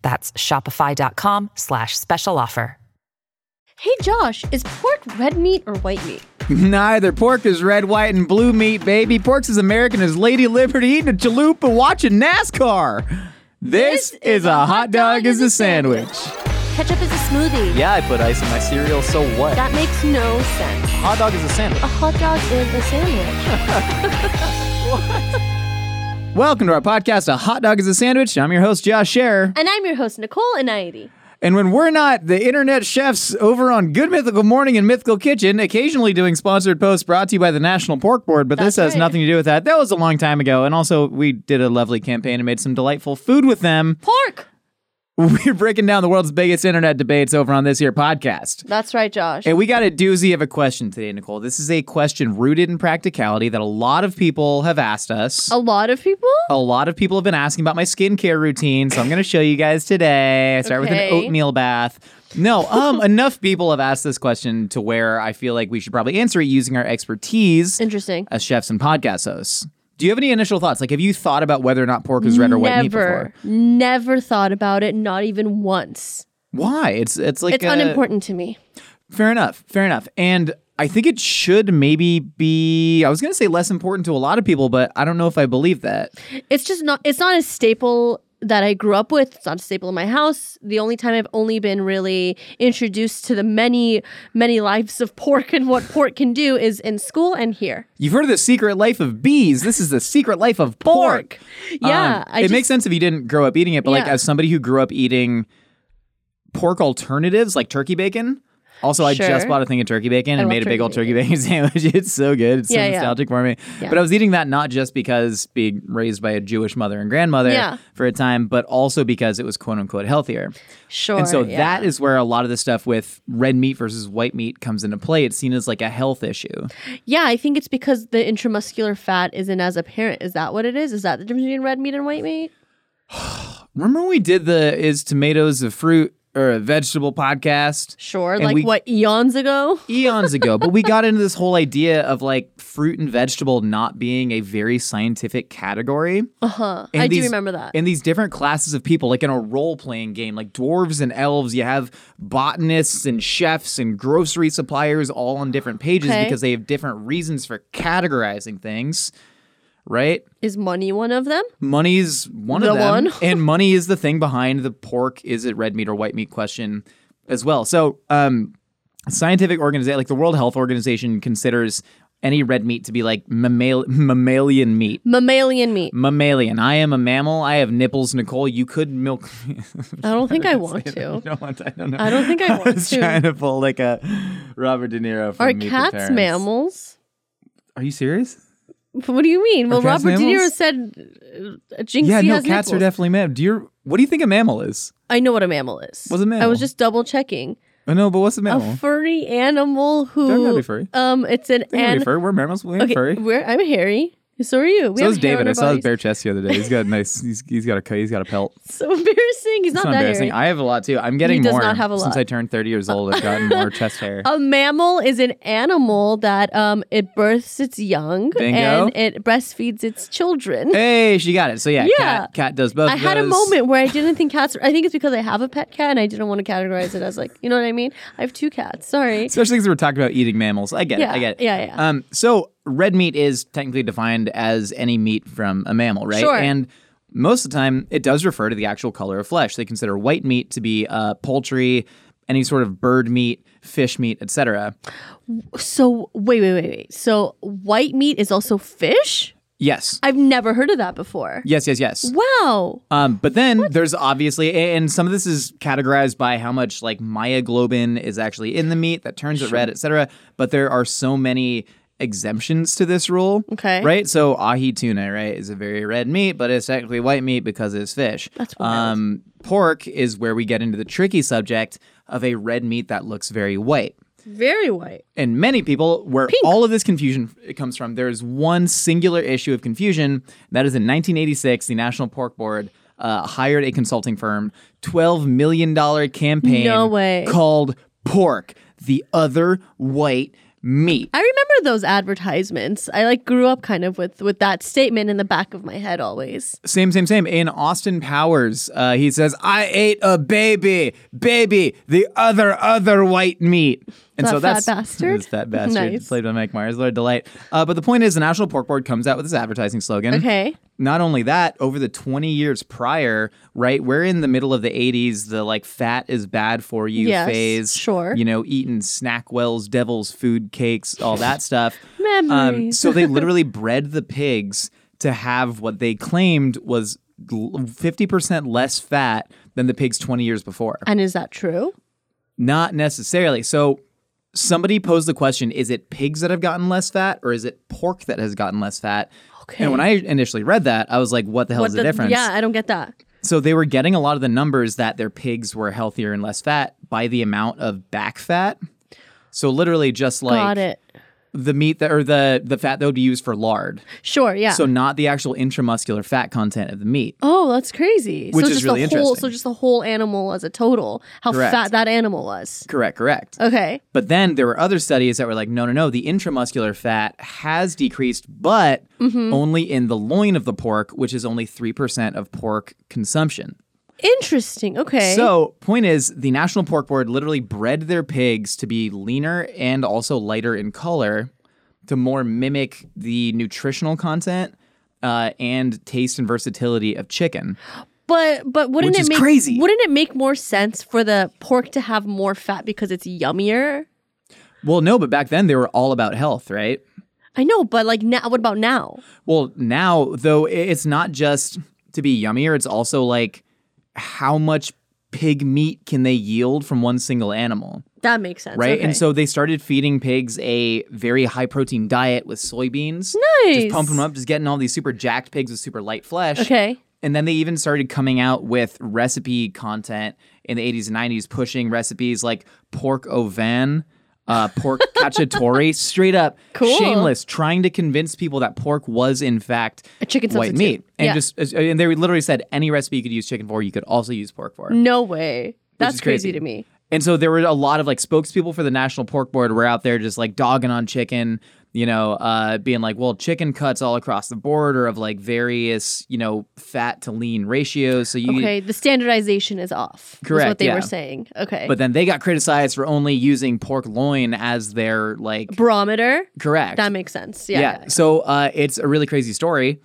That's shopify.com slash special offer. Hey Josh, is pork red meat or white meat? Neither pork is red, white, and blue meat, baby. Pork's as American as Lady Liberty eating a chalupa watching NASCAR. This, is a hot dog is a sandwich. Ketchup is a smoothie. Yeah, I put ice in my cereal, so what? That makes no sense. hot dog is a sandwich. A hot dog is a sandwich. Welcome to our podcast, A Hot Dog is a Sandwich. I'm your host, Josh Scherer. And I'm your host, Nicole Inaidi. And when we're not the internet chefs over on Good Mythical Morning and Mythical Kitchen, occasionally doing sponsored posts brought to you by the National Pork Board, but this That's has right. nothing to do with that. That was a long time ago. And also, we did a lovely campaign and made some delightful food with them. Pork! We're breaking down the world's biggest internet debates over on this here podcast. That's right, Josh. And we got a doozy of a question today, Nicole. This is a question rooted in practicality that a lot of people have asked us. a lot of people? A lot of people have been asking about my skincare routine, so I'm going to show you guys today. I start with an Okay. oatmeal bath. No, um, enough people have asked this question to where I feel like we should probably answer it using our expertise Interesting. as chefs and podcast hosts. Do you have any initial thoughts? Like, have you thought about whether or not pork is red or white meat never, before? never thought about it, not even once. Why? It's it's like it's a- unimportant to me. Fair enough. Fair enough. And I think it should maybe be, I was going to say less important to a lot of people, but I don't know if I believe that. It's just not it's not a staple that I grew up with. It's not a staple in my house. The only time I've only been really introduced to the many, many lives of pork and what pork can do is in school and here. You've heard of the secret life of bees. This is the secret life of pork. Yeah. Um, it makes sense if you didn't grow up eating it, but like Yeah. as somebody who grew up eating pork alternatives like turkey bacon. Also, I just Sure. bought a thing of turkey bacon love and made a big turkey old turkey bacon sandwich. It's so good. It's Yeah, so yeah. nostalgic for me. But I was eating that not just because being raised by a Jewish mother and grandmother Yeah. for a time, but also because it was quote unquote healthier. Sure. And so yeah. that is where a lot of the stuff with red meat versus white meat comes into play. It's seen as like a health issue. Yeah, I think it's because the intramuscular fat isn't as apparent. Is that what it is? Is that the difference between red meat and white meat? Remember when we did the is tomatoes a fruit or a vegetable podcast? Sure. And like we- what eons ago? Eons ago, but we got into this whole idea of like fruit and vegetable not being a very scientific category. Uh huh. Uh-huh. I do remember that. And these different classes of people, like in a role playing game, like dwarves and elves, you have botanists and chefs and grocery suppliers all on different pages Okay. because they have different reasons for categorizing things, right? Is money one of them? Money's one The of them, one. and money is the thing behind the pork is it red meat or white meat question as well. So, um, scientific organization like the World Health Organization considers any red meat to be like mammal- mammalian meat. Mammalian meat. Mammalian. I am a mammal. I have nipples, Nicole. You could milk. me. I don't think I want to. don't want. I don't know. I don't think I want was trying to. to pull like a Robert De Niro. From Are Meet the cats Parents. mammals? Are you serious? What do you mean? Well, Are cats Robert De Niro mammals? said uh, Jinxie yeah, no, has cats are nipples. definitely mammals. Do you? What do you think a mammal is? I know what a mammal is. What's I a mammal? was just double checking. Oh no, but what's a mammal? A furry animal who They're gonna be furry. Um, it's an They can be an- furry. We're mammals. We ain't Okay, furry. we're, I'm hairy. So are you. We So have is hair on David. our I saw his bodies. bare chest the other day. He's got a nice. He's, he's got a cut- he's got a pelt. So embarrassing. He's not It's not that embarrassing. hairy. I have a lot too. I'm He getting does more not have a since lot. I turned 30 years old. I've gotten more chest hair. A mammal is an animal that um it births its young Bingo. and it breastfeeds its children. Hey, she got it. So yeah, Yeah. Cat, cat does both. I of had a those. moment where I didn't think cats. I think it's because I have a pet cat and I didn't want to categorize it as like you know what I mean. I have two cats. Sorry. Especially because we're talking about eating mammals. I get Yeah, it. I get it. yeah, yeah. Um, so red meat is technically defined as any meat from a mammal, right? Sure. And most of the time, it does refer to the actual color of flesh. They consider white meat to be uh, poultry, any sort of bird meat, fish meat, etc. So wait, wait, wait, wait. So white meat is also fish. Yes. I've never heard of that before. Yes, yes, yes. Wow. Um, but then there's obviously, and some of this is categorized by how much like myoglobin is actually in the meat that turns it red, et cetera. But there are so many exemptions to this rule. Okay. Right? So ahi tuna, right, is a very red meat, but it's technically white meat because it's fish. That's wild. Um, pork is where we get into the tricky subject of a red meat that looks very white Very white. and many people where all of this confusion f- comes from there is one singular issue of confusion and that is in 1986 the national pork board uh, hired a consulting firm $12 million campaign No way. called pork the other white meat I remember those advertisements. I like grew up kind of with with that statement in the back of my head always. Same, same, same. In Austin Powers, uh, he says, "I ate a baby, baby, the other, other white meat." And That so fat that's bastard? That's that bastard Nice. played by Mike Myers, what a delight. Uh, but the point is, the National Pork Board comes out with this advertising slogan. Okay. Not only that, over the 20 years prior, right, we're in the middle of the 80s, the like fat is bad for you Yes, phase. sure. You know, eating Snackwell's, Devil's Food Cakes, all that stuff. Um, Memories. so they literally bred the pigs to have what they claimed was gl- 50% less fat than the pigs 20 years before. And is that true? Not necessarily. So somebody posed the question is it pigs that have gotten less fat or is it pork that has gotten less fat? Okay. And when I initially read that, I was like, what the hell is the, difference? Yeah, I don't get that. So they were getting a lot of the numbers that their pigs were healthier and less fat by the amount of back fat. So literally just like Got it. the meat that or the the fat that would be used for lard. Sure, yeah. So not the actual intramuscular fat content of the meat. oh, that's crazy. Which so is just really the whole so interesting. just the whole animal as a total, how Correct. fat that animal was. Correct, correct. Okay. But then there were other studies that were like, no, no, no, the intramuscular fat has decreased, but only in the loin of the pork, which is only 3% of pork consumption. Interesting. Okay. So, point is, the National Pork Board literally bred their pigs to be leaner and also lighter in color to more mimic the nutritional content uh, and taste and versatility of chicken. But but wouldn't Which it is make crazy. wouldn't it make more sense for the pork to have more fat because it's yummier? Well, no, but back then they were all about health, right? I know, but like now what about now? Well, now though, i- it's not just to be yummier; it's also like how much pig meat can they yield from one single animal, That makes sense. right? okay. And so they started feeding pigs a very high protein diet with soybeans. nice. Just pumping them up, just getting all these super jacked pigs with super light flesh. Okay. And then they even started coming out with recipe content in the 80s and 90s, pushing recipes like pork au vin, uh, pork cacciatore, straight up Cool. shameless, trying to convince people that pork was in fact A chicken white substitute. meat. And Yeah. just and they literally said any recipe you could use chicken for, you could also use pork for. No way. That's is crazy. crazy. to me. And so there were a lot of like spokespeople for the National Pork Board were out there just like dogging on chicken, you know, uh, being like, well, chicken cuts all across the board are of like various, you know, fat to lean ratios. So you, Okay, the standardization is off. is what Correct, they yeah. were saying. Okay. but then they got criticized for only using pork loin as their like barometer. correct. That makes sense. Yeah. yeah. So uh, it's a really crazy story.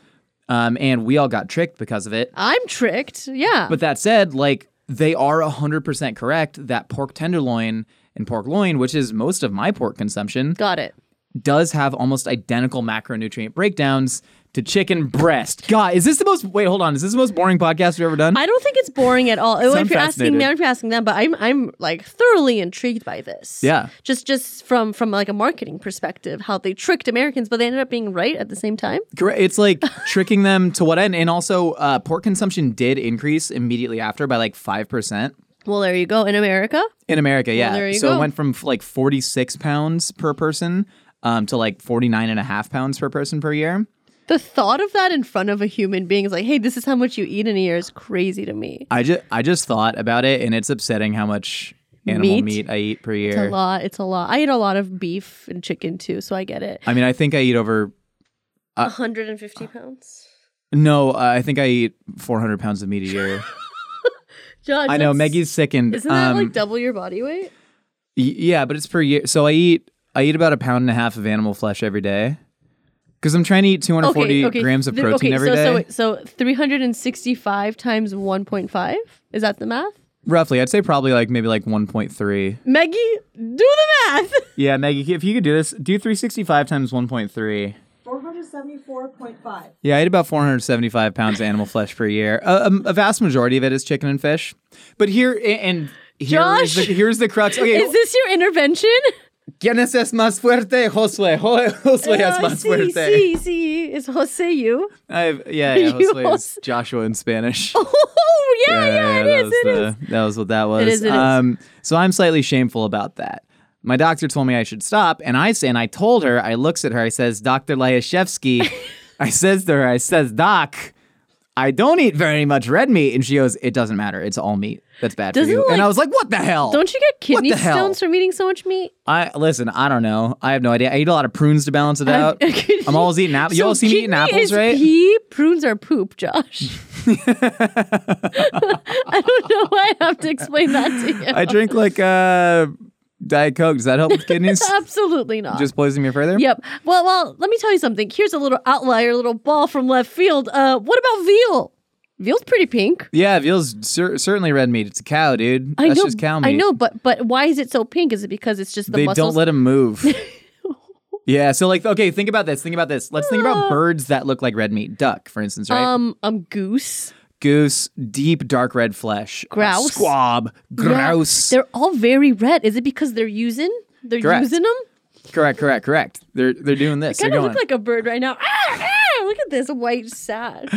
Um, and we all got tricked because of it. I'm tricked. Yeah. But that said, like they are 100% correct that pork tenderloin and pork loin, which is most of my pork consumption, Got it. does have almost identical macronutrient breakdowns to chicken breast. God, is this the most? Wait, hold on. Is this the most boring podcast we've ever done? I don't think it's boring at all. if you're asking me, fascinated. if you're asking them, but I'm I'm like thoroughly intrigued by this. Yeah. Just just from from like a marketing perspective, how they tricked Americans, but they ended up being right at the same time. Correct. It's like tricking them to what end? And also, uh, pork consumption did increase immediately after by like five percent Well, there you go. In America, in America. Yeah, there you so go. it went from f- like forty six pounds per person um, to like 49 and a half pounds per person per year. the thought of that in front of a human being is like, hey, this is how much you eat in a year is crazy to me. I just I just thought about it, and it's upsetting how much animal Meat? meat, I eat per It's a year. lot. It's a lot. I eat a lot of beef and chicken too, so I get it. I mean, I think I eat over Uh, 150 pounds. No, uh, I think I eat 400 pounds of meat a year. Josh, I know that's- Maggie's sickened. Isn't that Um, like double your body weight? y- yeah, but it's per year. So I eat I eat about a pound and a half of animal flesh every day because I'm trying to eat 240 grams of Th- protein okay, every day, so, So, so 365 times 1.5? Is that the math? roughly. I'd say probably like maybe like 1.3. Maggie, do the math. Yeah, Maggie, if you could do this, do 365 times 1.3. 474.5. Yeah, I eat about 475 pounds of animal flesh per year. A, a, a vast majority of it is chicken and fish. But here and here is Josh! the, here's the crux. Okay, Is this your intervention? ¿Quién es es más fuerte? Josué. Jo- Josué es más Uh, sí, fuerte. sí, sí. Is Jose you? I've, yeah, yeah, You Josué is also- Joshua in Spanish. Oh, yeah, yeah, it is. that It was is. the- That was what that was. is, it is. Um, so I'm slightly shameful about that. My doctor told me I should stop, and I and I told her. I looks at her. I says, "Doctor Lyashevsky," I says to her, "I says, Doc, I don't eat very much red meat," and she goes, "It doesn't matter. It's all meat. That's bad Doesn't, for you." and like- I was like, "What the hell?" Don't you get What kidney the hell? stones from eating so much meat? I listen. I don't know. I have no idea. I eat a lot of prunes to balance it out. I'm always eating apples. you all see me eating kidney apples, is right? Pee, prunes are poop, Josh. I don't know why I have to explain that to you. I drink like uh, diet coke. Does that help with kidneys? Absolutely not. Just poisoning me further. Yep. Well, well, let me tell you something. Here's a little outlier, little ball from left field. Uh, what about veal? Veal's pretty pink. Yeah, veal's cer- certainly red meat. It's a cow, dude. I That's know. just cow meat. I know, but but why is it so pink? Is it because it's just the they muscles? don't let them move. yeah, so like, okay, think about this. Think about this. Let's think about birds that look like red meat. Duck, for instance, right? Ah. um um goose. Goose, deep dark red flesh. Uh, Grouse. Squab. Yeah. Grouse. They're all very red. Is it because they're using? They're Correct. using them. correct, correct, correct. They're they're doing this. Kind they're of going. look like a bird right now. Ah, ah, look at this white sash.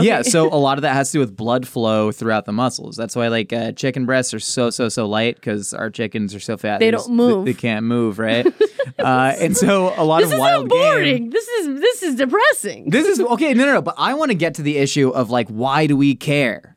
Yeah, so a lot of that has to do with blood flow throughout the muscles. That's why like uh, chicken breasts are so so so light because our chickens are so fat. They they're don't just- move. They, can't move, right? uh, and so a lot This of is wild game. boring. This is this is depressing. This is okay. No, no, no. But I want to get to the issue of like, why do we care?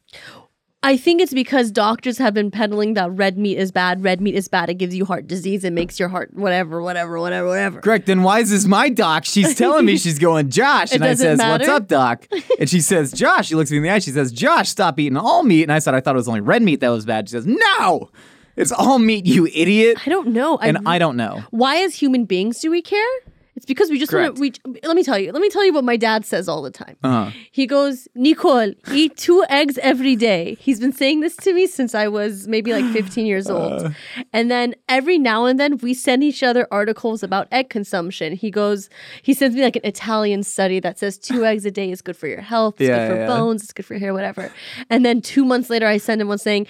I think it's because doctors have been peddling that red meat is bad. Red meat is bad. It gives you heart disease. It makes your heart whatever, whatever, whatever, whatever. Correct. Then why is this my doc? She's telling me she's going Josh, It and I doesn't says, "What's matter. up, doc?" And she says, "Josh." She looks me in the eye. She says, "Josh, stop eating all meat." And I said, "I thought it was only red meat that was bad." She says, "No, it's all meat, you idiot." I don't know. And I don't know. Why, as human beings, do we care? It's because we just want Correct. to. Uh-huh. We let me tell you. Let me tell you what my dad says all the time. He goes, Nicole, eat two eggs every day. He's been saying this to me since I was maybe like 15 years Uh. old. and then every now and then we send each other articles about egg consumption. He goes, he sends me like an Italian study that says two eggs a day is good for your health, it's Yeah, good for yeah. bones, it's good for your hair, whatever. And then two months later, I send him one saying,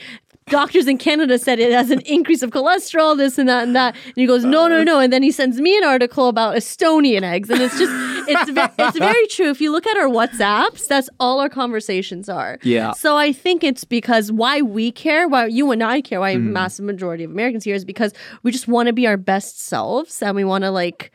Doctors in Canada said it has an increase of cholesterol, this and that and that. And he goes, no, no, no. And then he sends me an article about Estonian eggs, and it's just, it's ve- it's very true. If you look at our WhatsApps, that's all our conversations are. Yeah. So I think it's because why we care, why you and I care, why a massive majority of Americans here is because we just want to be our best selves and we want to like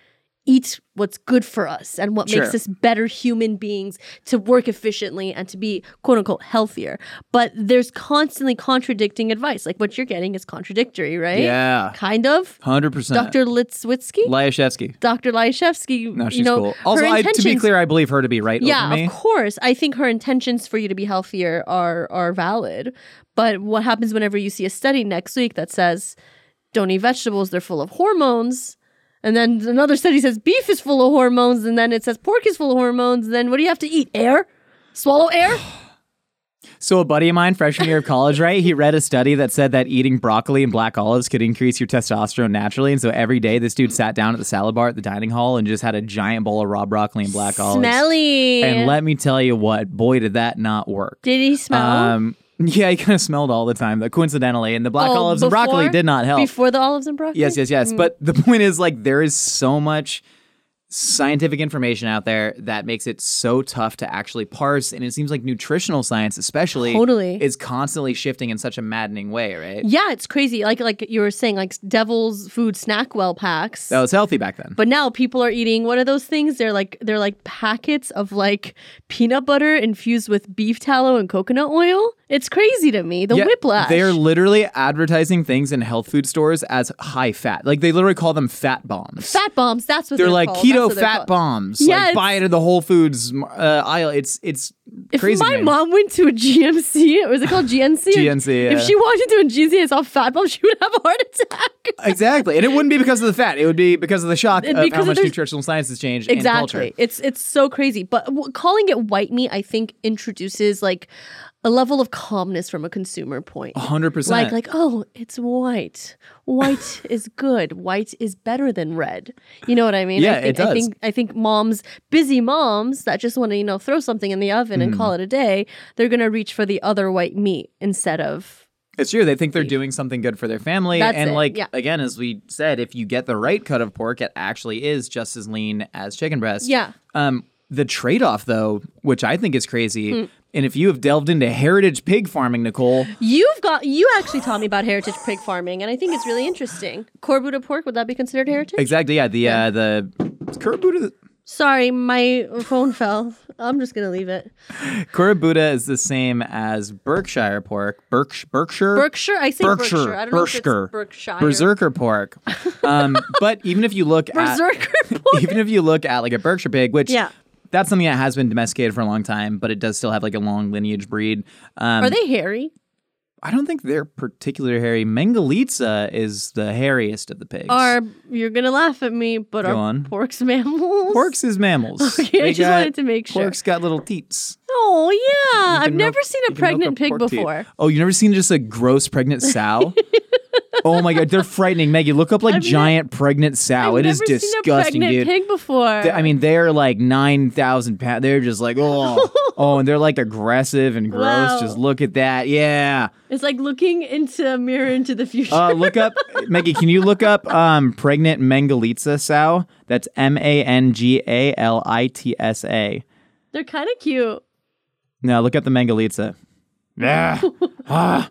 eat what's good for us and what Sure. makes us better human beings to work efficiently and to be quote unquote healthier. But there's constantly contradicting advice. Like what you're getting is contradictory, right? Yeah. Kind of. Hundred percent. Dr. Litswitsky? Lyashevsky. Dr. Lyashevsky, No, she's you know, cool. her Also, I, to be intentions- clear, I believe her to be right yeah, over me. of course. I think her intentions for you to be healthier are are valid. But what happens whenever you see a study next week that says don't eat vegetables, they're full of hormones. And then another study says beef is full of hormones, and then it says pork is full of hormones. Then what do you have to eat? Air? Swallow air? So a buddy of mine, freshman year of college, right? He read a study that said that eating broccoli and black olives could increase your testosterone naturally. And so every day, this dude sat down at the salad bar at the dining hall and just had a giant bowl of raw broccoli and black olives. Smelly. And let me tell you what, boy, did that not work. Did he smell? Um, yeah, he kind of smelled all the time, though, coincidentally. And the black Oh, olives and broccoli before- did not help. Before the olives and broccoli? Yes, yes, yes. But the point is, like, there is so much scientific information out there that makes it so tough to actually parse. And it seems like nutritional science, especially, Totally. is constantly shifting in such a maddening way, right? Yeah, it's crazy. Like like you were saying, like Devil's Food Snack Well packs. That was healthy back then. But now people are eating what are those things? They're like they're like packets of like peanut butter infused with beef tallow and coconut oil. It's crazy to me. The Yeah, whiplash. They are literally advertising things in health food stores as high fat. Like they literally call them fat bombs. fat bombs. That's what they're, they're, like called. That's keto what they're fat called. bombs. Yeah, like it's- buy it at the Whole Foods uh, aisle. It's it's If crazy. my to me. mom went to a GMC, or is it called GNC? GNC, yeah. If she walked into a GNC and saw fat bombs, she would have a heart attack. Exactly, and it wouldn't be because of the fat; it would be because of the shock It- of how because much there's- nutritional science has changed. and culture. Exactly. It's it's so crazy. But w- calling it white meat, I think, introduces like a level of calmness from a consumer point. hundred percent. like like oh it's white white is good white is better than red you know what i mean Yeah, I think, it does. I think i think moms busy moms that just want to you know Mm. throw something in the oven and call it a day they're going to reach for the other white meat instead of It's true. They think they're doing something good for their family. That's and it, like yeah. again, as we said, if you get the right cut of pork, it actually is just as lean as chicken breast. Yeah. Um, the trade-off though, which I think is crazy, Hmm. and if you have delved into heritage pig farming, Nicole, You've got you actually taught me about heritage pig farming, and I think it's really interesting. Corbuta pork would that be considered heritage? exactly, yeah, the uh the Kurabuta Sorry, my phone fell. I'm just gonna leave it. Kurabuta is the same as Berkshire pork. Berksh, Berkshire Berkshire, I say Berkshire. I don't know if Berkshire, it's Berkshire. Berserker pork. Um, but even if you look at Berserker pork. even if you look at like a Berkshire pig, which Yeah. that's something that has been domesticated for a long time, but it does still have like a long lineage breed. Um, Are they hairy? I don't think they're particularly hairy. Mangalitsa is the hairiest of the pigs. Are you're gonna laugh at me? But Go are on. porks mammals? Porks is mammals. Okay, I They just wanted to make sure. Porks got little teats. Oh yeah, You I've can milk- never seen a you can milk pregnant pig pork teat. before. Oh, you never seen just a gross pregnant sow? oh my god, they're frightening. Maggie, look up like I've ne- giant pregnant sow. I've it is never seen disgusting, a pregnant dude. pig before. They- I mean, they're like nine thousand pounds. They're just like oh, oh, and they're like aggressive and gross. Wow. Just look at that, yeah. it's like looking into a mirror into the future. Uh, look up, Maggie. Can you look up um, pregnant Mangalitsa sow? That's M A N G A L I T S A. They're kind of cute. No, look up the Mangalitsa. Yeah. I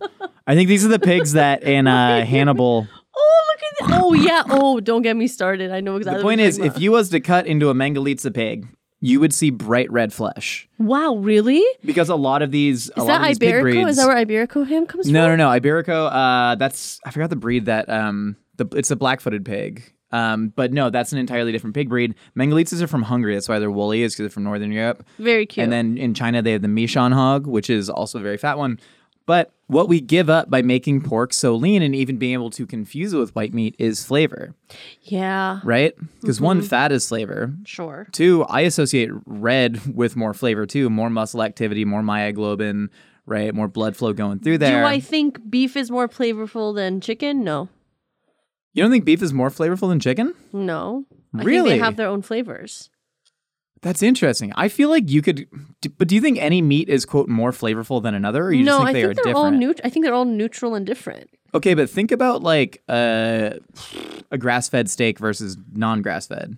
think these are the pigs that in uh, Hannibal. Oh look at that. Oh yeah. Oh, don't get me started. I know exactly. The what point you're is, talking if you was to cut into a Mangalitsa pig, you would see bright red flesh about. wow, really? Is because a lot of these. a lot that of these pig Iberico? Is breeds- that where Iberico ham comes No, from? no, no. Iberico. Uh, that's I forgot the breed that um the it's a black-footed pig. Um, but no, that's an entirely different pig breed. Mangalitzas are from Hungary. That's why they're woolly. Is because they're from Northern Europe. Very cute. And then in China they have the Michon hog, which is also a very fat one. But what we give up by making pork so lean and even being able to confuse it with white meat is flavor, yeah, right? Because one, Mm-hmm. fat is flavor. sure. Two, I associate red with more flavor too, more muscle activity, more myoglobin, right? More blood flow going through there. Do I think beef is more flavorful than chicken? No, You don't think beef is more flavorful than chicken? no. I think Really? they have their own flavors. That's interesting. I feel like you could, d- but do you think any meat is quote more flavorful than another, or you no, just think I they think are they're different? all neutral. I think they're all neutral and different. okay, but think about like uh, a grass-fed steak versus non-grass-fed,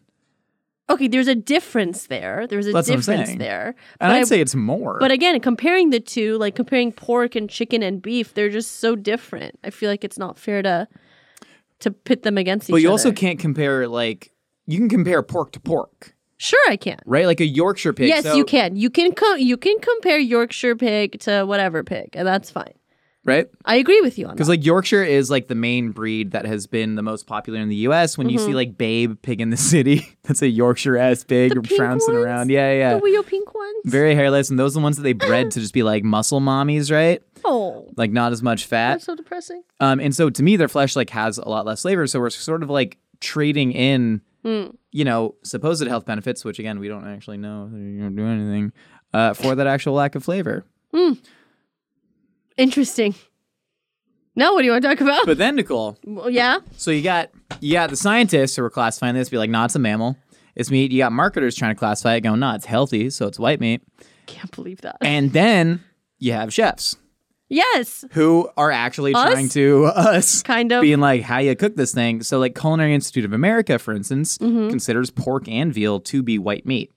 Okay, there's a difference there. There's a That's what I'm difference saying. there. and But I'd I- say it's more. But again, comparing the two, like comparing pork and chicken and beef, they're just so different. I feel like it's not fair to to pit them against each but other. you also can't compare like you can compare pork to pork, Sure, I can. right? Like a Yorkshire pig. yes, so- you can. You can co- you can compare Yorkshire pig to whatever pig, and that's fine. right? I agree with you on Because that. like Yorkshire is like the main breed that has been the most popular in the U.S. Mm-hmm. When you see like Babe Pig in the City, that's a Yorkshire ass pig The pink trouncing ones? around. Yeah, yeah. The wheel pink ones. Very hairless, and those are the ones that they bred to just be like muscle mommies, right? oh, Like not as much that's fat. so depressing. Um, and so to me, their flesh like has a lot less flavor. So we're sort of like trading in, you know, supposed health benefits, which again we don't actually know. You don't do anything uh, for that actual lack of flavor. Interesting. Now, what do you want to talk about? But then Nicole, Well, yeah, so you got you got the scientists who were classifying this, be like, nah, it's a mammal. It's meat. You got marketers trying to classify it, going, nah, it's healthy, so it's white meat. can't believe that. And then you have chefs Yes, who are actually Us? trying to us kind of. being like how you cook this thing. So like Culinary Institute of America, for instance, Mm-hmm. considers pork and veal to be white meat.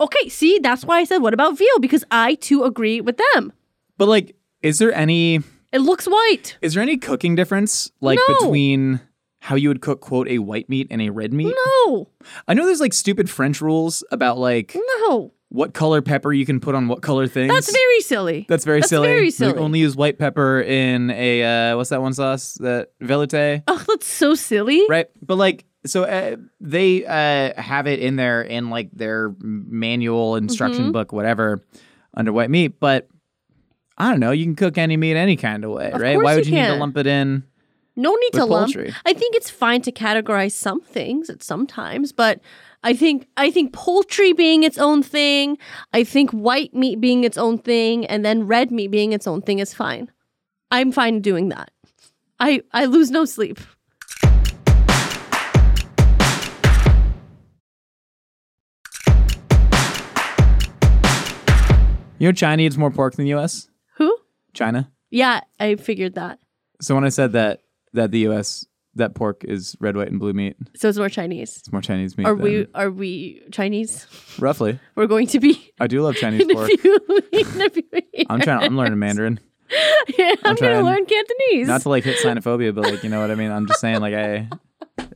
okay, see, that's why I said, what about veal? Because I too agree with them. But like, is there any It looks white. is there any cooking difference like No. between how you would cook quote a white meat and a red meat? No, I know there's like stupid French rules about like no, what color pepper you can put on what color things. Mm. that's very silly. That's very silly. Very You silly. only use white pepper in a uh, what's that one sauce? That velouté. Ugh, that's so silly. right but like so uh, they uh, have it in their in like their manual instruction Mm-hmm. book whatever under white meat but i don't know you can cook any meat any kind of way right course why you would you, need to can. lump it in No need With to lump. poultry. I think it's fine to categorize some things at some times, but I think I think poultry being its own thing, I think white meat being its own thing, and then red meat being its own thing is fine. I'm fine doing that. I I lose no sleep. you know china eats more pork than the us Who? china Yeah, I figured that. So when I said that that the U.S. that pork is red, white, and blue meat, So it's more Chinese. it's more Chinese meat. Are than- we are we Chinese? roughly? We're going to be I do love Chinese in a pork. few, in a few years. I'm trying. I'm learning Mandarin. Yeah, I'm, gonna trying. learn Cantonese. Not to like hit xenophobia, but like you know what I mean. I'm just saying, like I,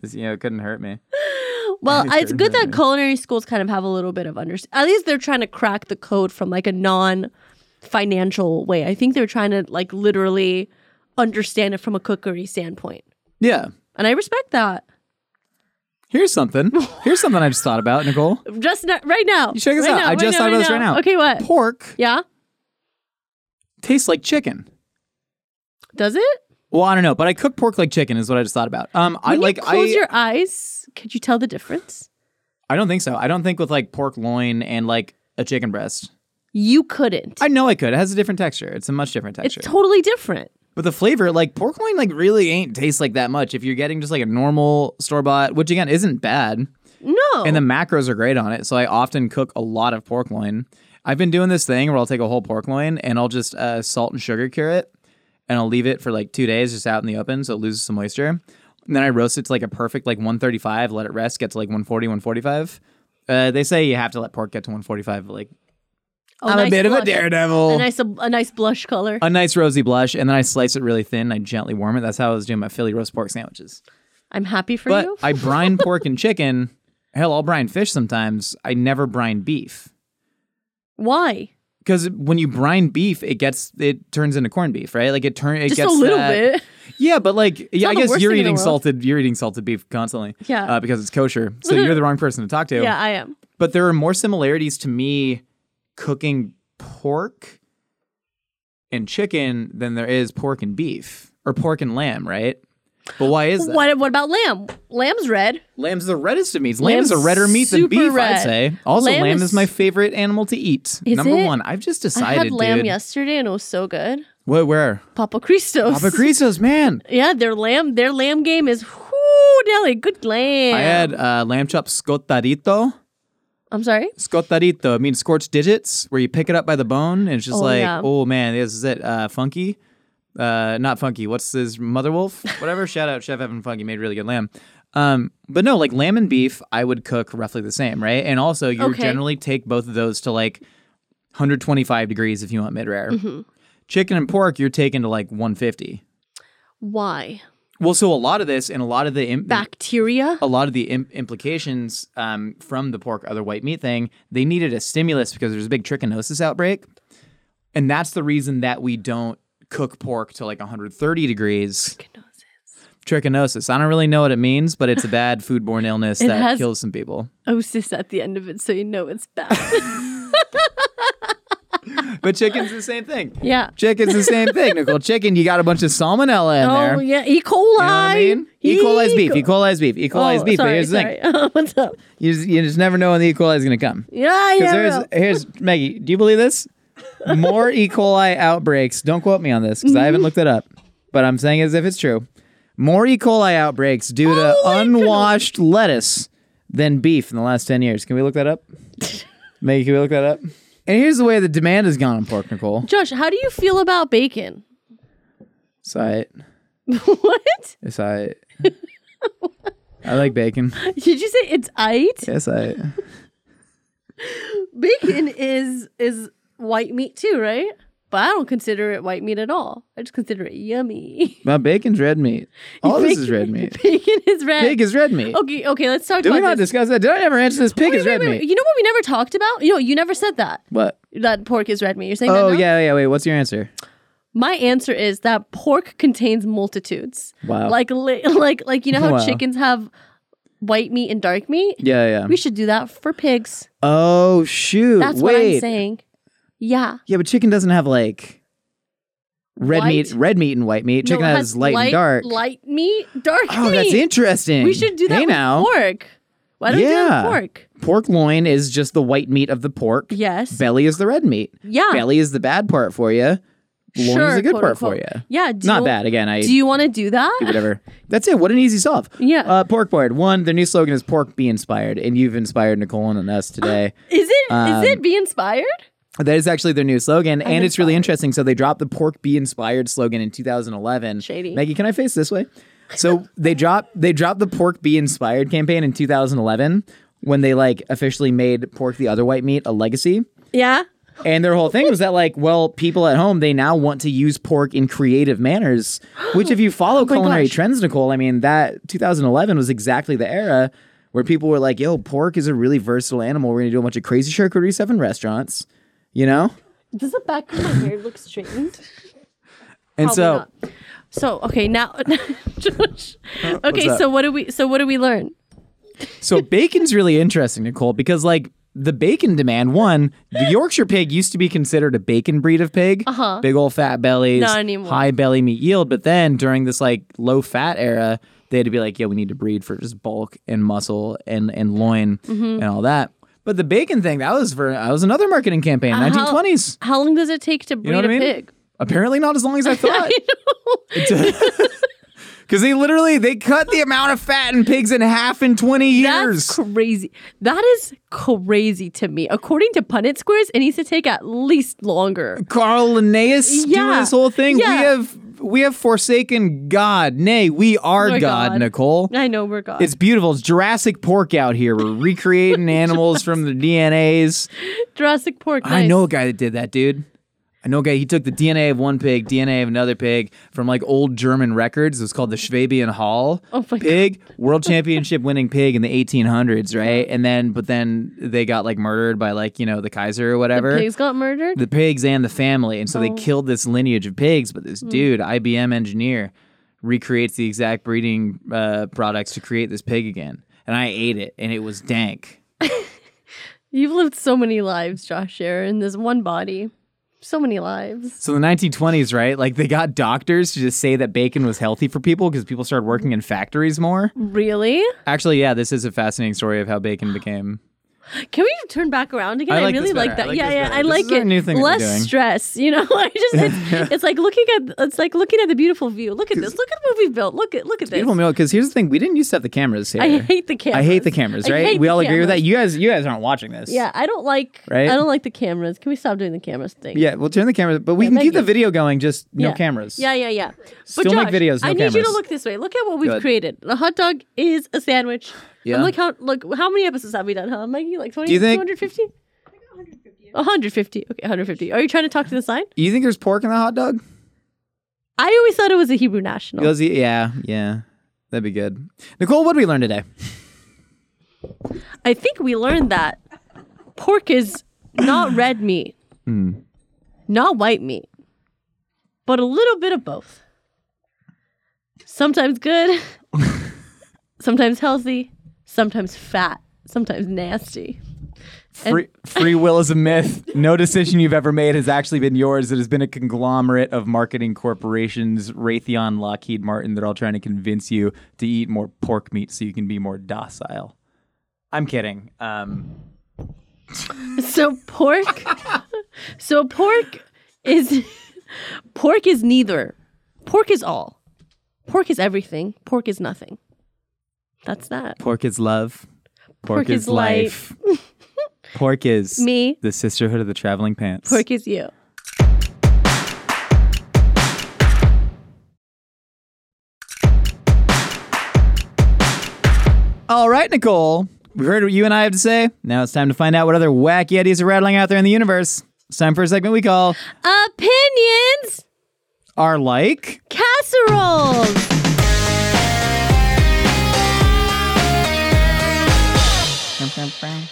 it's, you know, it couldn't hurt me. well, It's it's good that different. culinary schools kind of have a little bit of under. At least they're trying to crack the code from like a non financial way. I think they're trying to like literally understand it from a cookery standpoint, Yeah. and I respect that. Here's something. Here's something I just thought about, Nicole. Just no- right now, You check this right out. now, I right just now, thought about this right now. Okay, what? Pork Yeah, tastes like chicken. does it? Well, I don't know, but I cook pork like chicken is what I just thought about. Um, I When like you close I your eyes, could you tell the difference? I don't think so. I don't think with like pork loin and like a chicken breast. You couldn't. I know I could. It has a different texture. It's a much different it's texture. totally different. but the flavor, like pork loin, like really ain't taste like that much. If you're getting just like a normal store bought, which again isn't bad, No. and the macros are great on it. So I often cook a lot of pork loin. I've been doing this thing where I'll take a whole pork loin and I'll just uh, salt and sugar cure it, and I'll leave it for like two days just out in the open so it loses some moisture. And then I roast it to like a perfect like 135, let it rest, get to like 140, 145. Uh, they say you have to let pork get to 145. but, Like Oh, I'm nice a bit of blush. a daredevil. A nice, a, nice blush color. a nice rosy blush, and then I slice it really thin. I gently warm it. That's how I was doing my Philly roast pork sandwiches. I'm happy for But you. I brine pork and chicken. Hell, I'll brine fish sometimes. I never brine beef Why? because when you brine beef, it gets it turns into corned beef, right? Like it turn it Just a gets little that- bit. Yeah, but like yeah, not I the guess worst you're thing in the eating world. salted you're eating salted beef constantly. Yeah. uh, because it's kosher, so you're the wrong person to talk to. Yeah, I am. but there are more similarities to me cooking pork and chicken than there is pork and beef or pork and lamb, right? But why is that? What? What about lamb? Lamb's red. Lamb's the reddest of meats. Lamb is a Lamb's redder meat than super beef, I'd red. say. Also, lamb, Lamb is, is- my favorite animal to eat. Is Number it? one, I've just I decided, had lamb dude. yesterday and it was so good. Wait, where? Papa Christos. Papa Crisos, man. Yeah, their lamb. Their lamb game is whoo deli. Good lamb. I had uh, lamb chop scotadito. I'm sorry. Scotadito. It means scorched digits, where you pick it up by the bone, and it's just Oh, like, yeah. oh man, this is it. Uh, funky, uh, not funky. What's his mother wolf? Whatever. Shout out Chef Evan Funky made really good lamb. Um, but no, like lamb and beef, I would cook roughly the same, right? And also, you Okay. generally take both of those to like 125 degrees if you want mid rare. Mm-hmm. Chicken and pork, you're taking to like 150. Why? Well, so a lot of this and a lot of the im- Bacteria. a lot of the Im- implications um, from the pork other white meat thing, they needed a stimulus because there's a big trichinosis outbreak, and that's the reason that we don't cook pork to like 130 degrees. Trichinosis. I don't really know what it means, but it's a bad foodborne illness It that has- kills some people. Osis Oh, at the end of it, so you know it's bad. But chicken's the same thing. yeah. Chicken's the same thing, Nicole. Chicken, you got a bunch of salmonella in there. Oh You yeah, E. coli. know what I mean? E. coli is beef. E. coli is beef. E. coli is Oh, beef. but sorry, here's the thing: sorry. What's up? you just, you just never know when the E. coli is going to come. Yeah, yeah. Because there's no. here's Maggie. Do you believe this? More E. coli outbreaks. Don't quote me on this because I haven't looked it up, but I'm saying as if it's true. More E. coli outbreaks due to Oh unwashed lettuce than beef in the last ten years. Can we look that up? Maggie, can we look that up? And here's the way the demand has gone on pork, Nicole. Josh, how do you feel about bacon? It's all right. what? It's all right. I like bacon. Did you say it's ite? Yes, I. Bacon is is white meat too, right? But I don't consider it white meat at all. I just consider it yummy. My bacon's red meat. All this is red meat. Bacon is red. Pig is red meat. okay, okay, let's talk Did about we not this. discuss that? Did I never answer this? Pig Wait, is wait, red wait, meat. wait. You know what we never talked about? You know, you never said that. What? That pork is red meat. You're saying Oh that now? yeah, yeah. Wait, what's your answer? My answer is that pork contains multitudes. Wow. Like li- like like you know how Wow. chickens have white meat and dark meat? Yeah, yeah. We should do that for pigs. oh shoot! That's Wait. what I'm saying. Yeah. Yeah, but chicken doesn't have like red meat, White? red meat and white meat. Chicken No, it has, light, and dark. Light meat, dark oh, meat. that's interesting. We should do that Hey with now, pork. Why don't we do Yeah. that with pork? pork loin is just the white meat of the pork. Yes. Belly is the red meat. yeah. Belly is the bad part for you. Loin sure, is the good quote part for unquote. you. Yeah. Do Not you- bad. Again, I Do you want to do that? whatever. That's it. What an easy solve. Yeah. Uh, pork board. One. Their new slogan is "Pork be inspired," and you've inspired Nicole and us today. Is it? Is Um, it be inspired? That is actually their new slogan, and it's really inspired. interesting. So they dropped the "Pork Be Inspired" slogan in 2011. Shady. Maggie, can I face this way? So they dropped they dropped the "Pork Be Inspired" campaign in 2011 when they like officially made pork the other white meat a legacy. Yeah. And their whole thing was that like, well, people at home they now want to use pork in creative manners. Which, if you follow culinary Oh gosh. trends, Nicole, I mean that 2011 was exactly the era where people were like, "Yo, pork is a really versatile animal. We're gonna do a bunch of crazy charcuterie stuff in restaurants." You know. Does the back of my hair look straightened? And Probably so, not. So okay now, Josh. Okay, that? so what do we? So what do we learn? so bacon's really interesting, Nicole, because like the bacon demand. One, the Yorkshire pig used to be considered a bacon breed of pig, uh-huh. big old fat bellies, Not anymore. high belly meat yield. But then during this like low fat era, they had to be like, yeah, we need to breed for just bulk and muscle and and loin Mm-hmm. and all that. But the bacon thing that was for that was another marketing campaign, Uh-huh. nineteen twenties. How long does it take to breed know what a I mean? pig? Apparently not as long as I thought. Because they literally they cut the amount of fat in pigs in half in twenty years. That's crazy. That is crazy to me. According to Punnett Squares, it needs to take at least longer. Carl Linnaeus doing Yeah. this whole thing. Yeah. We have we have forsaken God. Nay, we are my God, God. Nicole. I know we're gone. It's beautiful. It's Jurassic Pork out here. We're recreating animals from the DNAs. Jurassic Pork. I nice. know a guy that did that, dude. I know a guy. He took the DNA of one pig, DNA of another pig from like old German records. It was called the Schwabian Hall Oh my pig, world championship winning pig in the 1800s, right? And then, but then they got like murdered by like you know the Kaiser or whatever Pigs got murdered. the pigs and the family. And so Oh. they killed this lineage of pigs, but Hmm. this dude, IBM engineer, recreates the exact breeding uh, products to create this pig again. And I ate it, and it was dank. You've lived so many lives, Josh Aaron. This one body, so many lives. So the 1920s, right? Like they got doctors to just say that bacon was healthy for people because people started working in factories more. Hmm. Really? Actually, yeah, this is a fascinating story of how bacon became. Can we turn back around again? I I, like really this better. like I that. like yeah, this yeah, better. I This like is a it. new thing that we're Less doing. stress, you know. I just it's, it's like looking at it's like looking at the beautiful view. Look at this. Look at what we've built. Look at look at this. Beautiful meal. Because here's the thing: we didn't used to have the cameras here. I hate the cameras. I hate the cameras, I right? hate we the all agree with that. cameras. You guys, you guys aren't watching this. Yeah, I don't like Right? I don't like the cameras. Can we stop doing the cameras thing? Yeah, we'll turn the camera, but we Yeah, can keep Maggie. the video going, just no Yeah. cameras. Yeah, yeah, yeah. Still make videos, no I need you to cameras. look this way. Look at what we've Good. created. A hot dog is a sandwich. Yeah. And look how look how many episodes have we done, huh, Maggie? Like 20, Do you think- 250? 150. Okay, 150. Are you trying to talk to the sign? You think there's pork in the hot dog? I always thought it was a Hebrew national. Goes- yeah, yeah. That'd be good. Nicole, what did we learn today? I think we learned that pork is not red meat, not white meat, but a little bit of both. Sometimes good, sometimes healthy, sometimes fat, sometimes nasty. Free, free will is a myth. No decision you've ever made has actually been yours. It has been a conglomerate of marketing corporations, Raytheon, Lockheed Martin. They're all trying to convince you to eat more pork meat so you can be more docile. I'm kidding. Um, So pork, so pork is pork is neither. Pork is all. Pork is everything. Pork is nothing. That's that. pork is love. Pork is life. pork is Me. The sisterhood of the traveling pants. Pork is you. All right, Nicole. We've heard what you and I have to say. Now it's time to find out what other wacky ideas are rattling out there in the universe. It's time for a segment we call Opinions. Our Like. casseroles.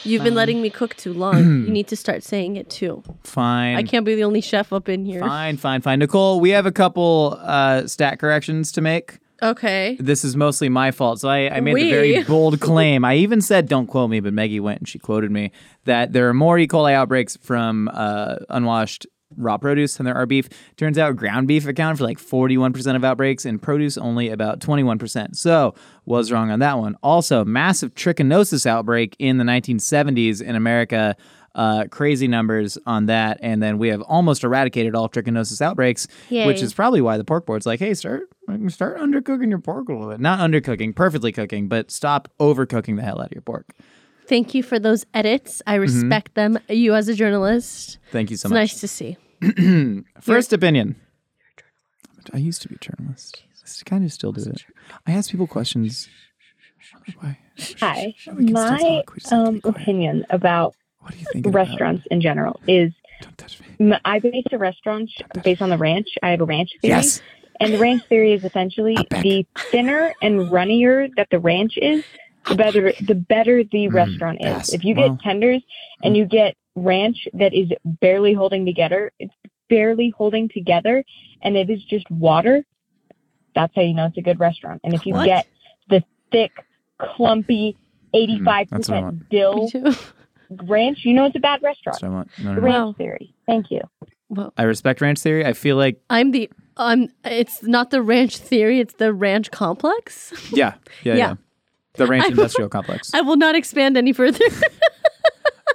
You've Um, been letting me cook too long. you need to start saying it too. Fine. I can't be the only chef up in here. Mm. Fine, fine, fine. Nicole, we have a couple uh, stat corrections to make. Okay. This is mostly my fault. So I, I made the very We. bold claim. I even said, don't quote me, but Maggie went and she quoted me that there are more E. coli outbreaks from uh, unwashed raw produce than there are beef. Turns out ground beef accounted for like 41% of outbreaks and produce only about 21%. So was wrong on that one. Also, massive trichinosis outbreak in the 1970s in America. Uh, crazy numbers on that. And then we have almost eradicated all trichinosis outbreaks, which Yay. is probably why the pork board's like, hey, start start undercooking your pork a little bit. Not undercooking, perfectly cooking, but stop overcooking the hell out of your pork. Thank you for those edits. I respect them. You as a journalist. Thank you Mm-hmm. so It's nice much. to see. First opinion. I used to be a journalist. I kind of still do it. I ask people questions. Why? Hi. we can still My talk. We just have to be um, quiet. opinion about What do you think? restaurants in general is Don't touch me. m- I base a restaurant based on the ranch. I have a ranch theory. Yes. And the ranch theory is essentially the thinner and runnier that the ranch is, the better the better the restaurant is. Hmm, yes. hmm. If you get Wow. tenders and you get ranch that is barely holding together, it's barely holding together and it is just water, that's how you know it's a good restaurant. And if you What? get the thick, clumpy, Hmm, that's what I 85% want. dill ranch, you know it's a bad restaurant. That's what I want. No, no, The no. ranch Wow. theory. Thank you. well, I respect ranch theory. I feel like I'm the um. It's not the ranch theory. It's the ranch complex. yeah, yeah, yeah. Yeah. The ranch I- industrial complex. I will not expand any further.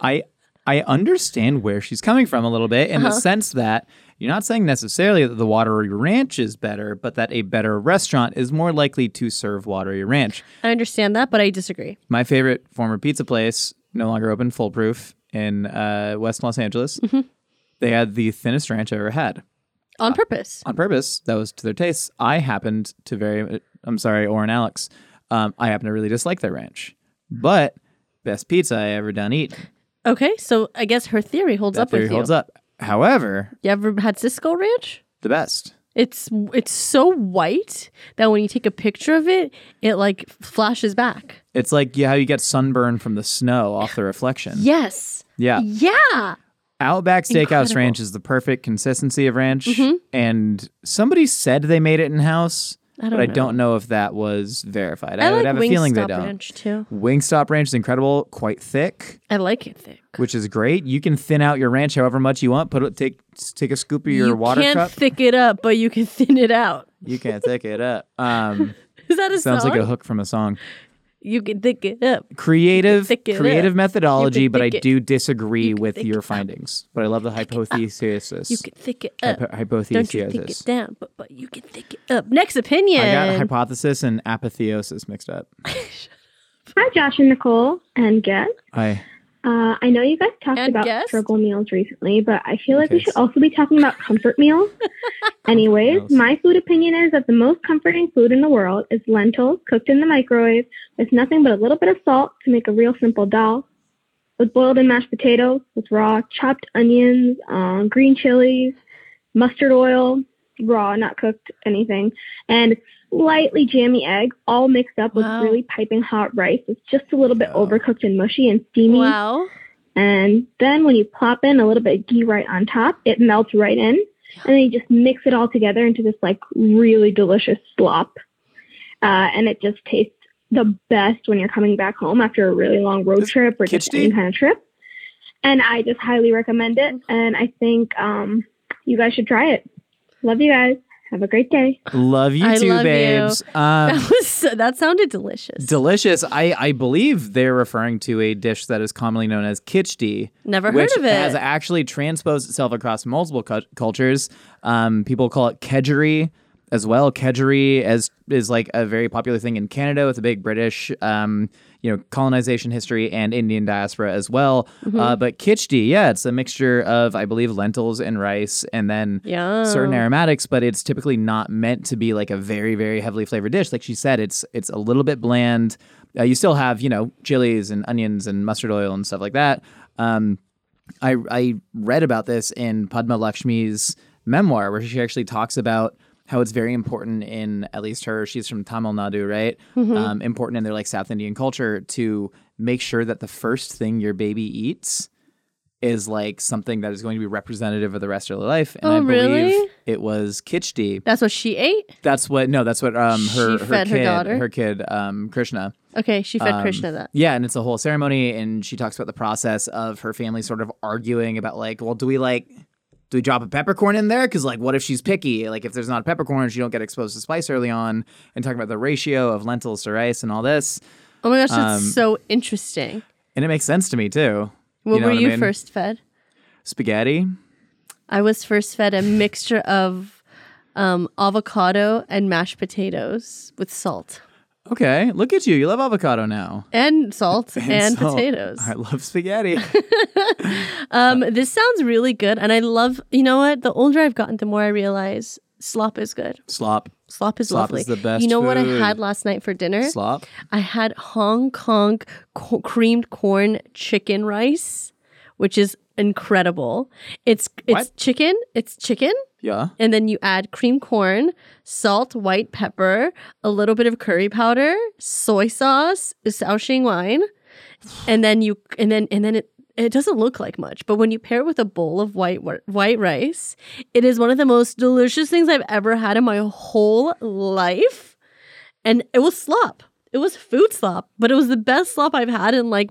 I I understand where she's coming from a little bit in Uh-huh. the sense that you're not saying necessarily that the watery ranch is better, but that a better restaurant is more likely to serve watery ranch. I understand that, but I disagree. My favorite former pizza place, no longer open, foolproof in uh, West Los Angeles. Mm-hmm. They had the thinnest ranch I ever had Ah. On purpose. on purpose. That was to their taste. I happened to very, I'm sorry, Oren Alex, um, I happen to really dislike their ranch, but best pizza I ever done eat. Okay, so I guess her theory holds That up with theory you. holds up. However, You ever had Cisco Ranch? the best. It's it's so white that when you take a picture of it, it like flashes back. It's like yeah, how you get sunburn from the snow off the reflection. Yes. Yeah. Yeah. Outback Steakhouse Incredible. Mm-hmm. Ranch is the perfect consistency of ranch. And somebody said they made it in house, I but don't I know. don't know if that was verified. I, would like have Wingstop a feeling they don't. Ranch too. Wingstop Ranch is incredible, quite thick, I like it thick. which is great. You can thin out your ranch however much you want. Put it, take take a scoop of your you water can't cup. thick it up, but you can thin it out. you can't thick it up. Um, Is that a sounds song? like a hook from a song. you can thick it up. creative Thick it up. creative methodology, You can but I thick it. do disagree You can with thick your it up. findings. But I love the hypothesis. You can thick it up. Hypo- Don't you thick it hypothesis. down, but but you can thick it up. Next opinion. I got hypothesis and apotheosis mixed up. Hi, Josh and Nicole and guests. I Uh, I know you guys talked And about guests? struggle meals recently, but I feel like we Guests. should also be talking about comfort meals. Anyways, Meals. my food opinion is that the most comforting food in the world is lentils cooked in the microwave with nothing but a little bit of salt to make a real simple dal. With boiled and mashed potatoes, with raw chopped onions, uh, green chilies, mustard oil, raw, not cooked, anything, and slightly jammy eggs, all mixed up with Wow. really piping hot rice. It's just a little bit overcooked and mushy and steamy. Wow. And then when you plop in a little bit of ghee right on top, it melts right in. And then you just mix it all together into this like really delicious slop. Uh, and it just tastes the best when you're coming back home after a really long road This trip or just kitschy? any kind of trip. And I just highly recommend it. And I think um, you guys should try it. Love you guys. Have a great day. love you I too, love you. babes. Um, That was so- that sounded delicious. delicious. I I believe they're referring to a dish that is commonly known as kitschdi. Never which heard of it. has actually transposed itself across multiple cu- cultures. Um, people call it kedgeree as well. Kedgeree as is like a very popular thing in Canada with a big British, um, you know, colonization history and Indian diaspora as well. Uh, but kichdi, yeah, it's a mixture of I believe lentils and rice, and then certain Yum. aromatics. But it's typically not meant to be like a very very heavily flavored dish. Like she said, it's it's a little bit bland. Uh, you still have you know chilies and onions and mustard oil and stuff like that. Um, I I read about this in Padma Lakshmi's memoir, where she actually talks about how it's very important in at least her. She's from Tamil Nadu, right? Mm-hmm. Um, important in their like South Indian culture to make sure that the first thing your baby eats is like something that is going to be representative of the rest of their life. And I Oh, believe really? it was Kichdi. That's what she ate. That's what no, that's what um She her her fed her kid daughter? her kid um Krishna. Okay, she fed Um, Krishna that. Yeah, and it's a whole ceremony, and she talks about the process of her family sort of arguing about like, well, do we like, do we drop a peppercorn in there? Because like, what if she's picky? Like, if there's not a peppercorn, she don't get exposed to spice early on. And talking about the ratio of lentils to rice and all this, Oh my gosh, that's um, so interesting. and it makes sense to me too. What know were I you mean? first fed? Spaghetti. I was first fed a mixture of um, avocado and mashed potatoes with salt. Okay, look at you. You love avocado now. and salt and, so- potatoes. I love spaghetti. Um, this sounds really good, and I love. You know what? The older I've gotten, the more I realize slop is good. Slop. Slop is Slop lovely. is the best You know what I food. had last night for dinner? Slop. I had Hong Kong co- creamed corn chicken rice, which is incredible. It's it's What? chicken. It's chicken. Yeah. And then you add cream corn, salt, white pepper, a little bit of curry powder, soy sauce, Shaoxing wine, and then you and then and then it it doesn't look like much, but when you pair it with a bowl of white wa- white rice, it is one of the most delicious things I've ever had in my whole life. And it was slop. It was food slop, but it was the best slop I've had in like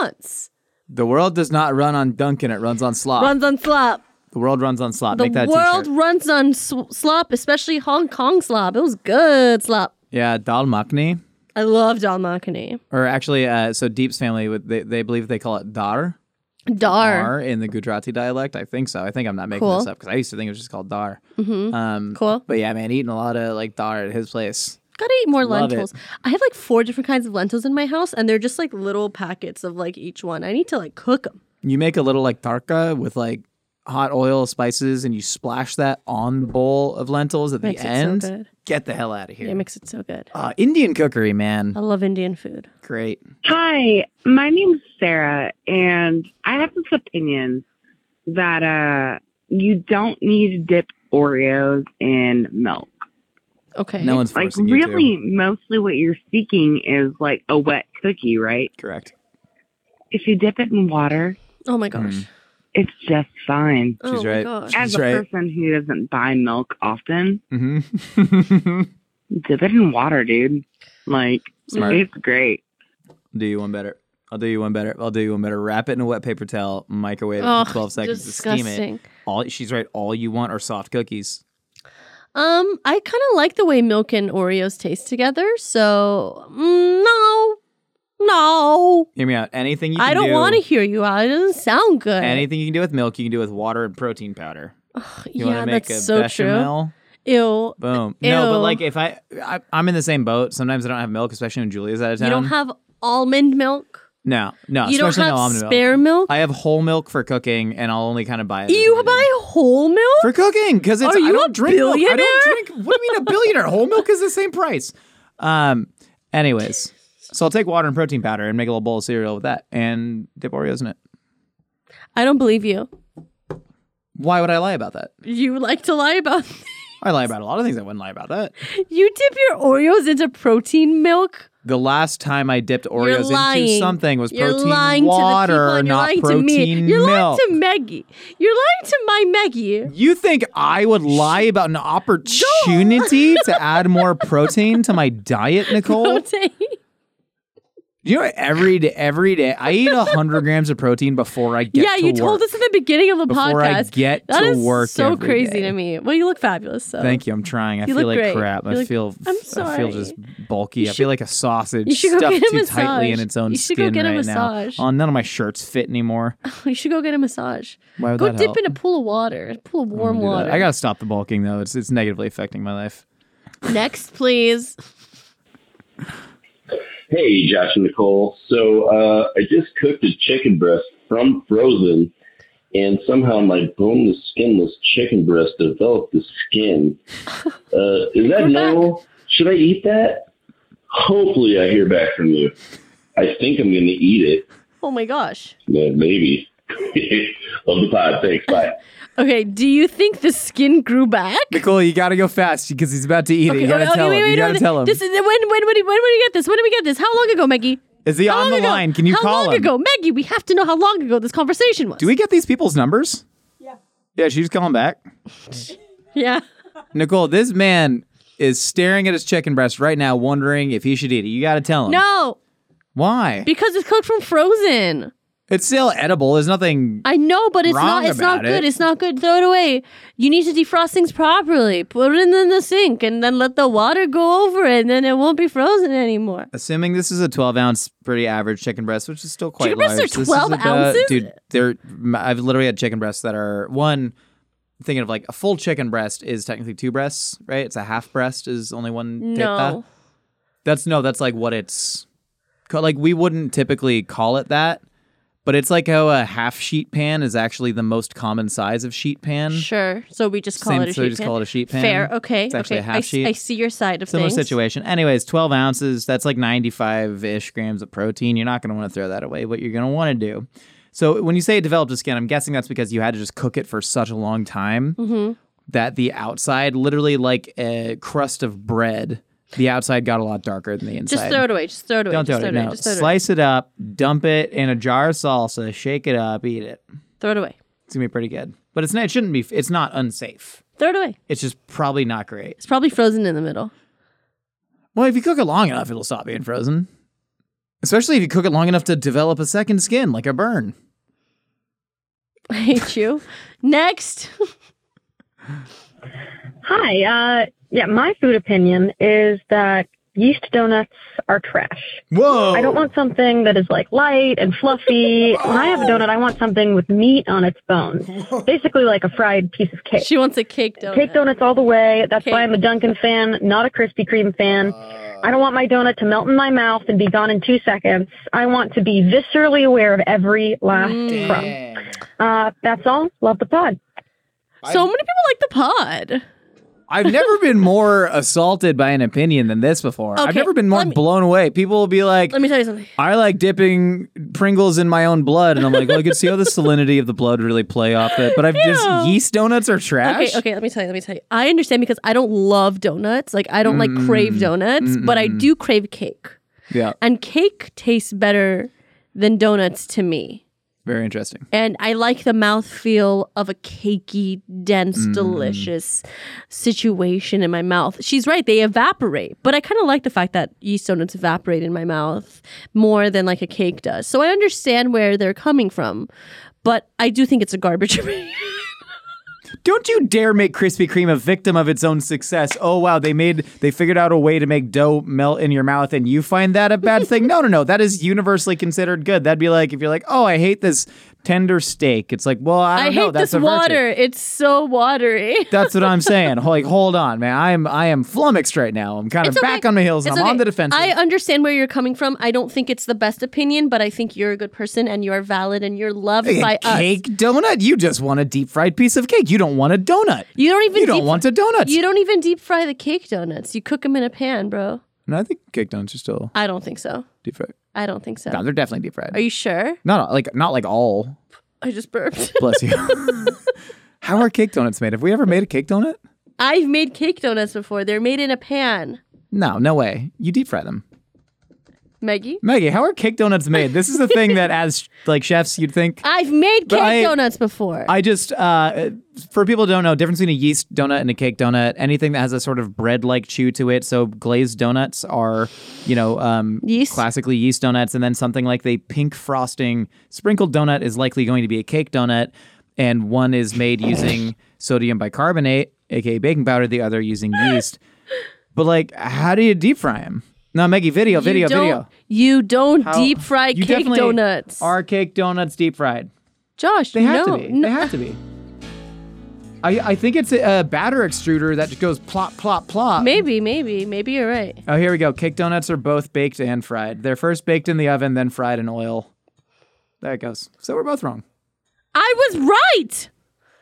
months. The world does not run on Dunkin', it runs on slop. Runs on slop. the world runs on slop. The Make that a world t-shirt. runs on sw- slop, especially Hong Kong slop. It was good slop. Yeah, dal makhni. I love dal makhani. Or actually, uh, so Deep's family, would- they, they believe they call it dar. Dar. Dar in the Gujarati dialect. I think so. I think I'm not making Cool. this up because I used to think it was just called dar. Um, Cool. But yeah, man, eating a lot of like dar at his place. Gotta eat more Love it. lentils. I have like four different kinds of lentils in my house, and they're just like little packets of like each one. I need to like cook them. You make a little like tarka with like hot oil, spices, and you splash that on the bowl of lentils at the Makes it so end. good. Get the hell out of here. It makes it so good. uh, Indian cookery, man. I love Indian food. Great. Hi, my name's Sarah, and I have this opinion that uh, you don't need to dip Oreos in milk. Okay. No one's Like, forcing you to. really, mostly what you're seeking is like a wet cookie, right? Correct. If you dip it in water, oh my Mm. gosh. it's just fine. Oh She's my right. gosh. As She's a right. person who doesn't buy milk often, Mm-hmm. dip it in water, dude. Like, Smart. it's great. do you one better. I'll do you one better. I'll do you one better. Wrap it in a wet paper towel, microwave it for Oh, 12 seconds disgusting. to steam it. All she's right. All you want are soft cookies. Um, I kind of like the way milk and Oreos taste together. So mm, no, no, Hear me out. Anything you can I don't do- want to hear you out. It doesn't sound good. Anything you can do with milk, you can do with water and protein powder. yeah, You want to make that's a so bechamel? true. Ew. Boom. No, but Ew. like if I, I I'm in the same boat. Sometimes I don't have milk, especially when Julia's out of town. You don't have almond milk. no, no, you don't um, Ah, especially have no almond milk. spare milk. I have whole milk for cooking, and I'll only kind of buy it. as you needed. buy whole milk? for cooking because it's Are you I don't a drink milk. I don't billionaire? drink. What do you mean a billionaire? Whole milk is the same price. Um. Anyways, so I'll take water and protein powder and make a little bowl of cereal with that and dip Oreos in it. I don't believe you. Why would I lie about that? You like to lie about. I lie about a lot of things. I wouldn't lie about that. you dip your Oreos into protein milk. The last time I dipped You're Oreos into lying. something was You're protein lying to the people water, and you're not lying protein to me. You're lying milk. to Maggie. You're lying to my Maggie. You think I would lie about an opportunity to add more protein to my diet, Nicole? Protein. You know, every day, every day, I eat hundred grams of protein before I get. yeah, to you told work, us at the beginning of the before I podcast. get that to is work. so every crazy day. to me. Well, you look fabulous. So Thank you. I'm trying. I You feel look like great. crap. You I look- feel. I'm I feel just bulky. I feel like a sausage you should go get stuffed a too tightly massage. in its own You should go skin get a right massage. now. Oh, none of my shirts fit anymore. you should go get a massage. Why would Go that dip help? in a pool of water, a pool of I'm gonna warm do that. water. I gotta stop the bulking though. It's it's negatively affecting my life. Next, please. Hey, Josh and Nicole. So uh, I just cooked a chicken breast from frozen, and somehow my boneless, skinless chicken breast developed the skin. Uh, is We're that back. normal? Should I eat that? Hopefully, I hear back from you. I think I'm going to eat it. Oh my gosh. Yeah, maybe. Love the pod. Thanks. Bye. Okay, do you think the skin grew back? Nicole, you gotta go fast because he's about to eat it. You Okay, gotta okay, tell wait, him. wait, You gotta wait, tell him. This is when when when did- when did we get this? When did we get this? How long ago, Maggie? Is he How on long the ago? line? Can you how call long him? ago, Maggie? We have to know how long ago this conversation was. Do we get these people's numbers? Yeah. Yeah, she's calling back. Yeah. Nicole, this man is staring at his chicken breast right now, wondering if he should eat it. You got to tell him. No, Why? because it's cooked from frozen. It's still edible. There's nothing. I know, but it's Wrong not. It's about not good. it. It's not good. Throw it away. You need to defrost things properly. Put it in the sink, and then let the water go over it, and then it won't be frozen anymore. Assuming this is a 12 ounce, pretty average chicken breast, which is still quite Chicken large. breasts are This is 12 about- ounces? Dude, they're, I've literally had chicken breasts that are one. Thinking of like a full chicken breast is technically two breasts, right? It's a half breast is only No. one. teta. That's no, that's like what it's ca- like. We wouldn't typically call it that, but it's like how a half sheet pan is actually the most common size of sheet pan. Sure. So we just call Same- it a so sheet we just pan. call it a sheet pan. Fair. Okay. It's actually okay. a half I, s- sheet. I see your side of Similar things. situation. Anyways, 12 ounces, that's like 95 ish grams of protein. You're not going to want to throw that away. What you're going to want to do. So, when you say it developed a skin, I'm guessing that's because you had to just cook it for such a long time Mhm. that the outside, literally like a crust of bread, the outside got a lot darker than the inside. Just throw it away. Just throw it away. Don't just throw it. away. No. Just throw it away. Slice it up, dump it in a jar of salsa, shake it up, eat it. Throw it away. It's going to be pretty good. But it's not, it shouldn't be, it's not unsafe. Throw it away. It's just probably not great. It's probably frozen in the middle. Well, if you cook it long enough, it'll stop being frozen. Especially if you cook it long enough to develop a second skin, like a burn. I hate you. Next. Hi. Uh, yeah, my food opinion is that yeast donuts are trash. Whoa! I don't want something that is like light and fluffy. When I have a donut, I want something with meat on its bones, basically like a fried piece of cake. She wants a cake donut. Cake donuts all the way. That's Cake. why I'm a Dunkin' fan, not a Krispy Kreme fan. I don't want my donut to melt in my mouth and be gone in two seconds. I want to be viscerally aware of every last crumb. Uh, that's all. Love the pod. So many people like the pod. I've never been more assaulted by an opinion than this before. I've Okay, never been more let me- blown away. People will be like, Let me tell you something. I like dipping Pringles in my own blood. And I'm like, well, I can see how the salinity of the blood really play off it. But I've Yeah. just, yeast donuts are trash. Okay, okay, let me tell you, let me tell you. I understand because I don't love donuts. Like I don't like crave donuts, but I do crave cake. Yeah, And cake tastes better than donuts to me. very interesting. And I like the mouthfeel of a cakey, dense, delicious situation in my mouth. She's right, they evaporate. But I kind of like the fact that yeast donuts evaporate in my mouth more than like a cake does. So I understand where they're coming from, but I do think it's a garbage opinion. Don't you dare make Krispy Kreme a victim of its own success. Oh wow, they made they figured out a way to make dough melt in your mouth and you find that a bad thing. No, no, no. That is universally considered good. That'd be like if you're like, "Oh, I hate this tender steak." It's like, "Well, I I, don't hate know. That's this a virtue. water. It's so watery. That's what I'm saying. Like, hold on, man. I'm I am flummoxed right now. I'm kind of It's okay. back on my heels. and It's I'm okay. on the defensive. I understand where you're coming from. I don't think it's the best opinion, but I think you're a good person and you are valid and you're loved A by cake us. donut? You just want a deep fried piece of cake. You don't want a donut. You don't even You don't deep, want a donut. you don't even deep fry the cake donuts. You cook them in a pan, bro. no, I think cake donuts are still I don't think so. deep fried. I don't think so. No, they're definitely deep fried. Are you sure? not like not like all. I just burped. Bless you. How are cake donuts made? Have we ever made a cake donut? I've made cake donuts before. They're made in a pan. No, no way. You deep fry them. Maggie, Maggie, how are cake donuts made? This is the thing that as like chefs you'd think. I've made But cake I- donuts before. I just uh, for people who don't know, difference between a yeast donut and a cake donut, anything that has a sort of bread-like chew to it. So glazed donuts are, you know, um, Yeast. classically yeast donuts, and then something like the pink frosting sprinkled donut is likely going to be a cake donut, and one is made using sodium bicarbonate, aka baking powder, the other using yeast. But like, how do you deep fry them? No, Maggie, video, You video, don't- video. You don't How- deep fry You cake definitely donuts. Are cake donuts deep fried? Josh, They have no, to be. no. They have to be. I, I think it's a, a batter extruder that just goes plop, plop, plop. Maybe, maybe, maybe you're right. Oh, here we go. Cake donuts are both baked and fried. They're first baked in the oven, then fried in oil. There it goes. So we're both wrong. I was right.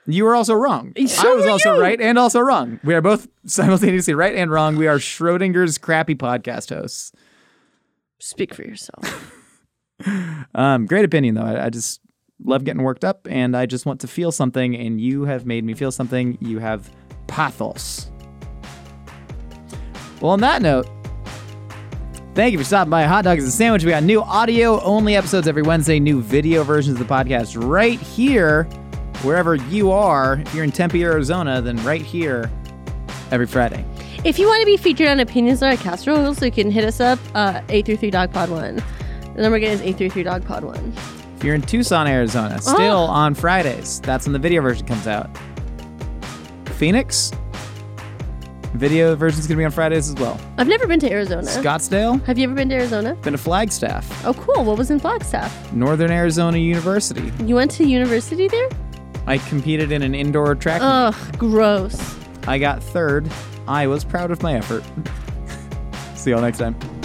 You were also wrong. So I was were also you. right and also wrong. We are both simultaneously right and wrong. We are Schrodinger's crappy podcast hosts. Speak for yourself. Um, great opinion though. I, I just love getting worked up, and I just want to feel something. And you have made me feel something. You have pathos. Well, on that note, thank you for stopping by Hot Dogs and Sandwich. We got new audio only episodes every Wednesday, new video versions of the podcast right here, wherever you are. If you're in Tempe, Arizona, then right here every Friday. if you want to be featured on Opinions That Are Casseroles, you can hit us up, uh, 833dogpod1. The number again is 833dogpod1. If you're in Tucson, Arizona, still on Fridays. That's when the video version comes out. Phoenix, video version's gonna be on Fridays as well. I've never been to Arizona. Scottsdale, Have you ever been to Arizona? been to Flagstaff, Oh, cool. What was in Flagstaff? Northern Arizona University. You went to university there? I competed in an indoor track. Uh. meet. Ugh, gross. I got third. I was proud of my effort. See y'all next time.